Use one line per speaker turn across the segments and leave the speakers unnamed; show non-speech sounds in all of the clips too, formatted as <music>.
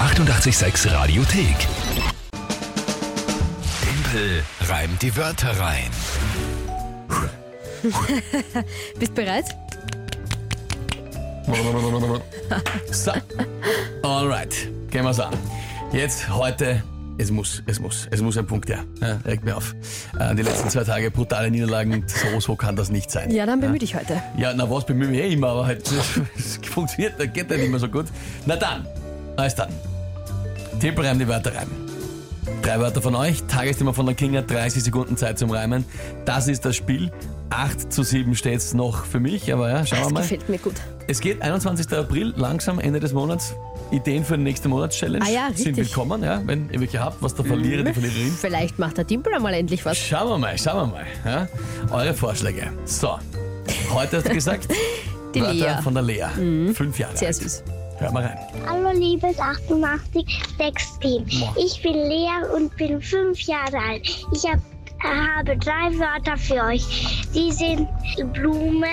886 Radiothek. Tempel reimt die Wörter rein.
Bist bereit?
So. Alright. Gehen wir's an. Jetzt, heute, es muss, es muss, es muss ein Punkt her. Ja, regt mir auf. Äh, die letzten zwei Tage brutale Niederlagen, so, so kann das nicht sein.
Ja, dann bemühe dich heute.
Ja, na was, bemühe mich eh immer, aber halt, <laughs> es funktioniert, das geht ja nicht mehr so gut. Na dann, alles dann. Tipp reim die Wörter rein. Drei Wörter von euch, Tagesthema von der Klinger, 30 Sekunden Zeit zum Reimen. Das ist das Spiel. 8 zu 7 steht's noch für mich, aber ja, schauen wir
Das
mal.
gefällt mir gut.
Es geht 21. April, langsam Ende des Monats. Ideen für die nächste Monatschallenge
Ah ja,
sind
richtig. Mhm.
willkommen, ja, wenn ihr welche habt, was der Verlierer, die Verliererin.
Vielleicht macht der Dimpel einmal endlich was.
Schauen wir mal, schauen wir mal. Ja. Eure Vorschläge. So, heute hast du gesagt,
Die
Wörter
Lea. Mhm.
von der Lea. Fünf Jahre.
Sehr
alt.
süß.
Hör mal rein.
Hallo liebes 88 Sexteam. Ich bin Lea und bin fünf Jahre alt. Ich hab, habe drei Wörter für euch. Die sind Blume,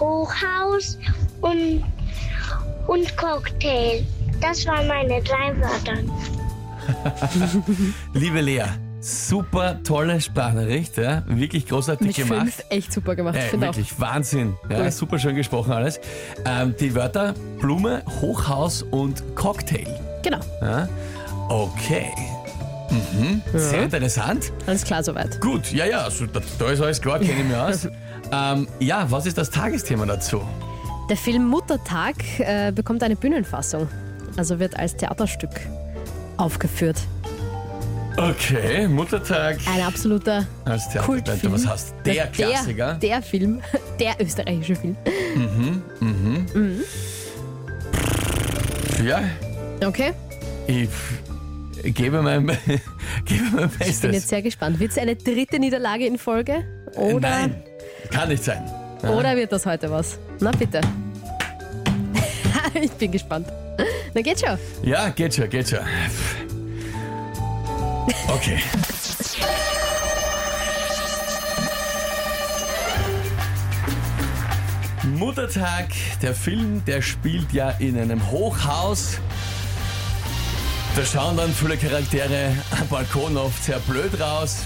Hochhaus und, und Cocktail. Das waren meine drei Wörter.
Liebe Lea, super tolle Sprachnachricht, ja. wirklich großartig
Mit
gemacht.
fünf echt super gemacht. Ich
Ey,
finde auch.
wirklich Wahnsinn. Ja,
Cool.
Super schön gesprochen alles. Ähm, die Wörter Blume, Hochhaus und Cocktail.
Genau.
Ja? Okay. Mhm. Sehr interessant.
Alles klar soweit.
Gut, ja, ja, so, da, da ist alles klar, kenne ich
<laughs>
mir aus. Ähm, ja, was ist das Tagesthema dazu?
Der Film Muttertag äh, bekommt eine Bühnenfassung. Also wird als Theaterstück aufgeführt.
Okay, Muttertag
Ein absoluter
als Theaterband,
Kultfilm.
was hast Der Klassiker.
Der, der Film. <laughs> Der österreichische Film.
Ja,
Okay.
ich gebe mein, <laughs> gebe mein Bestes.
Ich bin jetzt sehr gespannt. Wird es eine dritte Niederlage in Folge? Oder,
Äh, Nein, kann nicht sein.
oder wird das heute was? Na bitte. <laughs> ich bin gespannt. Na geht schon.
Ja, geht schon, geht schon. Okay. Muttertag, der Film, der spielt ja in einem Hochhaus. Da schauen dann viele Charaktere am Balkon oft sehr blöd raus.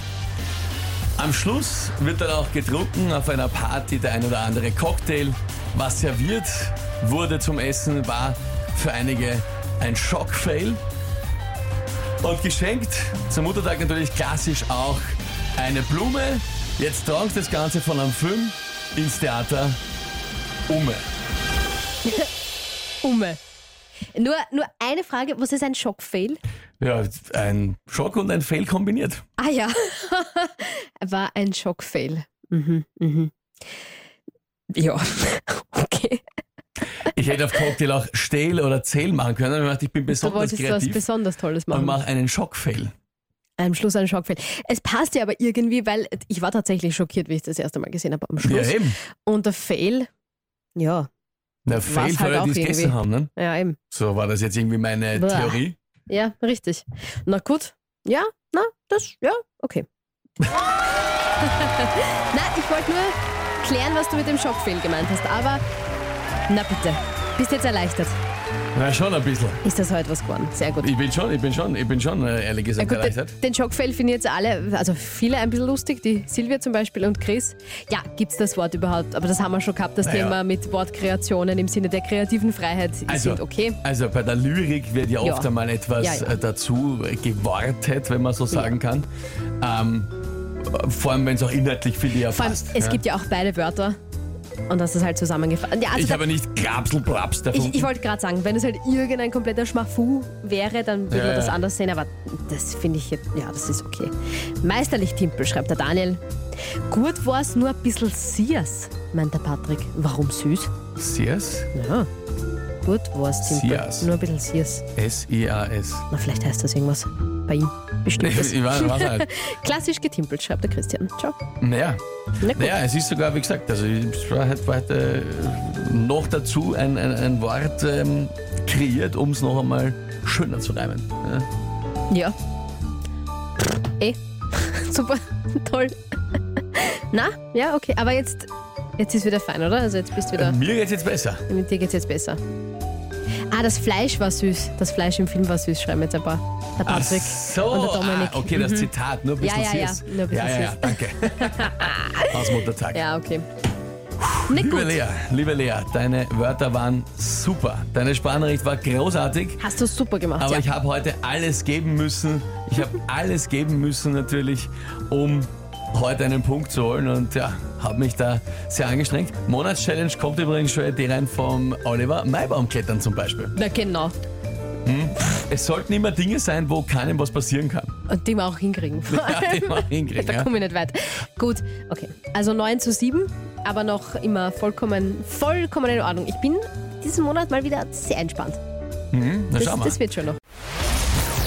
Am Schluss wird dann auch getrunken auf einer Party der ein oder andere Cocktail. Was serviert wurde zum Essen war für einige ein Schockfail. Und geschenkt zum Muttertag natürlich klassisch auch eine Blume. Jetzt trankt das Ganze von einem Film ins Theater umme.
Umme. Nur, nur eine Frage, was ist ein Schockfail?
Ja, ein Schock und ein Fail kombiniert.
Ah ja, <laughs> war ein Schockfail. Mhm, mhm. Ja, <laughs> okay.
Ich hätte auf Cocktail auch Stehl oder Zähl machen können. aber Ich dachte, ich bin
Du
besonders
wolltest was
kreativ
besonders Tolles
und
machen.
mache einen Schockfail.
Am Schluss ein Schockfail. Es passt ja aber irgendwie, weil ich war tatsächlich schockiert, wie ich das erste Mal gesehen habe am Schluss.
Ja, eben.
Und der Fail, ja,
Na, Fail
halt
für alle,
auch
die es
irgendwie.
gegessen haben. Ne?
ja eben.
So war das jetzt irgendwie meine
Bäh.
Theorie.
Ja, richtig. Na gut. Ja, na, das, ja, okay. <laughs> na, ich wollte nur klären, was du mit dem Schockfehl gemeint hast, aber na bitte. Bist jetzt erleichtert.
Na, schon ein bisschen.
Ist das heute was geworden? Sehr gut.
Ich bin schon, ich bin schon, ich bin schon, äh, ehrlich
Na
gesagt,
gut, den,
erleichtert.
den Schockfehl finden jetzt alle, also viele ein bisschen lustig, die Silvia zum Beispiel und Chris. Ja, gibt's das Wort überhaupt? Aber das haben wir schon gehabt, das
Naja.
Thema mit Wortkreationen im Sinne der kreativen Freiheit sind okay.
also bei der Lyrik wird ja
Ja.
oft einmal etwas
Ja, ja.
äh, dazu gewartet, wenn man so sagen kann. Ähm, vor allem, wenn es auch inhaltlich viel eher
Vor allem,
passt.
es
ja.
gibt ja auch beide Wörter und das ist halt zusammengefasst. Ja, also
ich
da-
habe nicht Grabselbraps davon.
Ich, ich wollte gerade sagen, wenn es halt irgendein kompletter Schmafu wäre, dann würde
Ja,
man das
ja.
anders sehen, aber das finde ich, jetzt- ja, das ist okay. Meisterlich Timpel, schreibt der Daniel. Gut war es nur ein bisschen Sias, meint der Patrick. Warum süß?
Sias?
Ja. Gut war es, Timpel.
Sias.
Nur ein bisschen Sias.
S-I-A-S.
Na, vielleicht heißt das irgendwas bei ihm.
<laughs>
Bestimmt.
Ich, ich weiß, weiß nicht.
Klassisch getimpelt, schreibt der Christian. Ciao.
Naja.
Na gut.
Naja, es ist sogar, wie gesagt, also es war halt, war halt äh, noch dazu ein, ein, ein Wort ähm, kreiert, um es noch einmal schöner zu reimen. Ja.
Ja. Eh. <laughs> Super. Toll. <laughs> Na, ja, okay. Aber jetzt, jetzt ist wieder fein, oder? Also jetzt bist du wieder.
Ähm. Mir geht's jetzt besser.
Mit dir geht's jetzt besser. Ah, Na, das Fleisch war süß. Das Fleisch im Film war süß, schreiben jetzt ein paar. Der
Ach
Patrick
so,
und der
ah,
Dominik. Mhm.
okay, das Zitat, nur ein bisschen
Ja, ja, ja,
süß.
nur ein bisschen
ja, ja, ja,
süß. <laughs>
danke. Hausmuttertag.
Ja, okay. Nicht
Liebe
gut.
Lea, liebe Lea, deine Wörter waren super. Deine Sprachnachricht war großartig.
Hast du super gemacht,
Aber
ja.
ich habe heute alles geben müssen. Ich
<laughs>
habe alles geben müssen natürlich, um heute einen Punkt zu holen. Und ja, habe mich da sehr angestrengt. Monatschallenge kommt übrigens schon die rein vom Oliver Maibaumklettern zum Beispiel.
Na genau.
Es sollten immer Dinge sein, wo keinem was
<laughs>
passieren kann.
Und die wir auch hinkriegen. vor
<laughs> Ja,
allem.
die wir hinkriegen,
da
ja.
komme ich nicht weit. Gut, okay. Also 9 zu 7, aber noch immer vollkommen, vollkommen in Ordnung. Ich bin diesen Monat mal wieder sehr entspannt.
Na
Das,
schau mal.
das wird schon noch.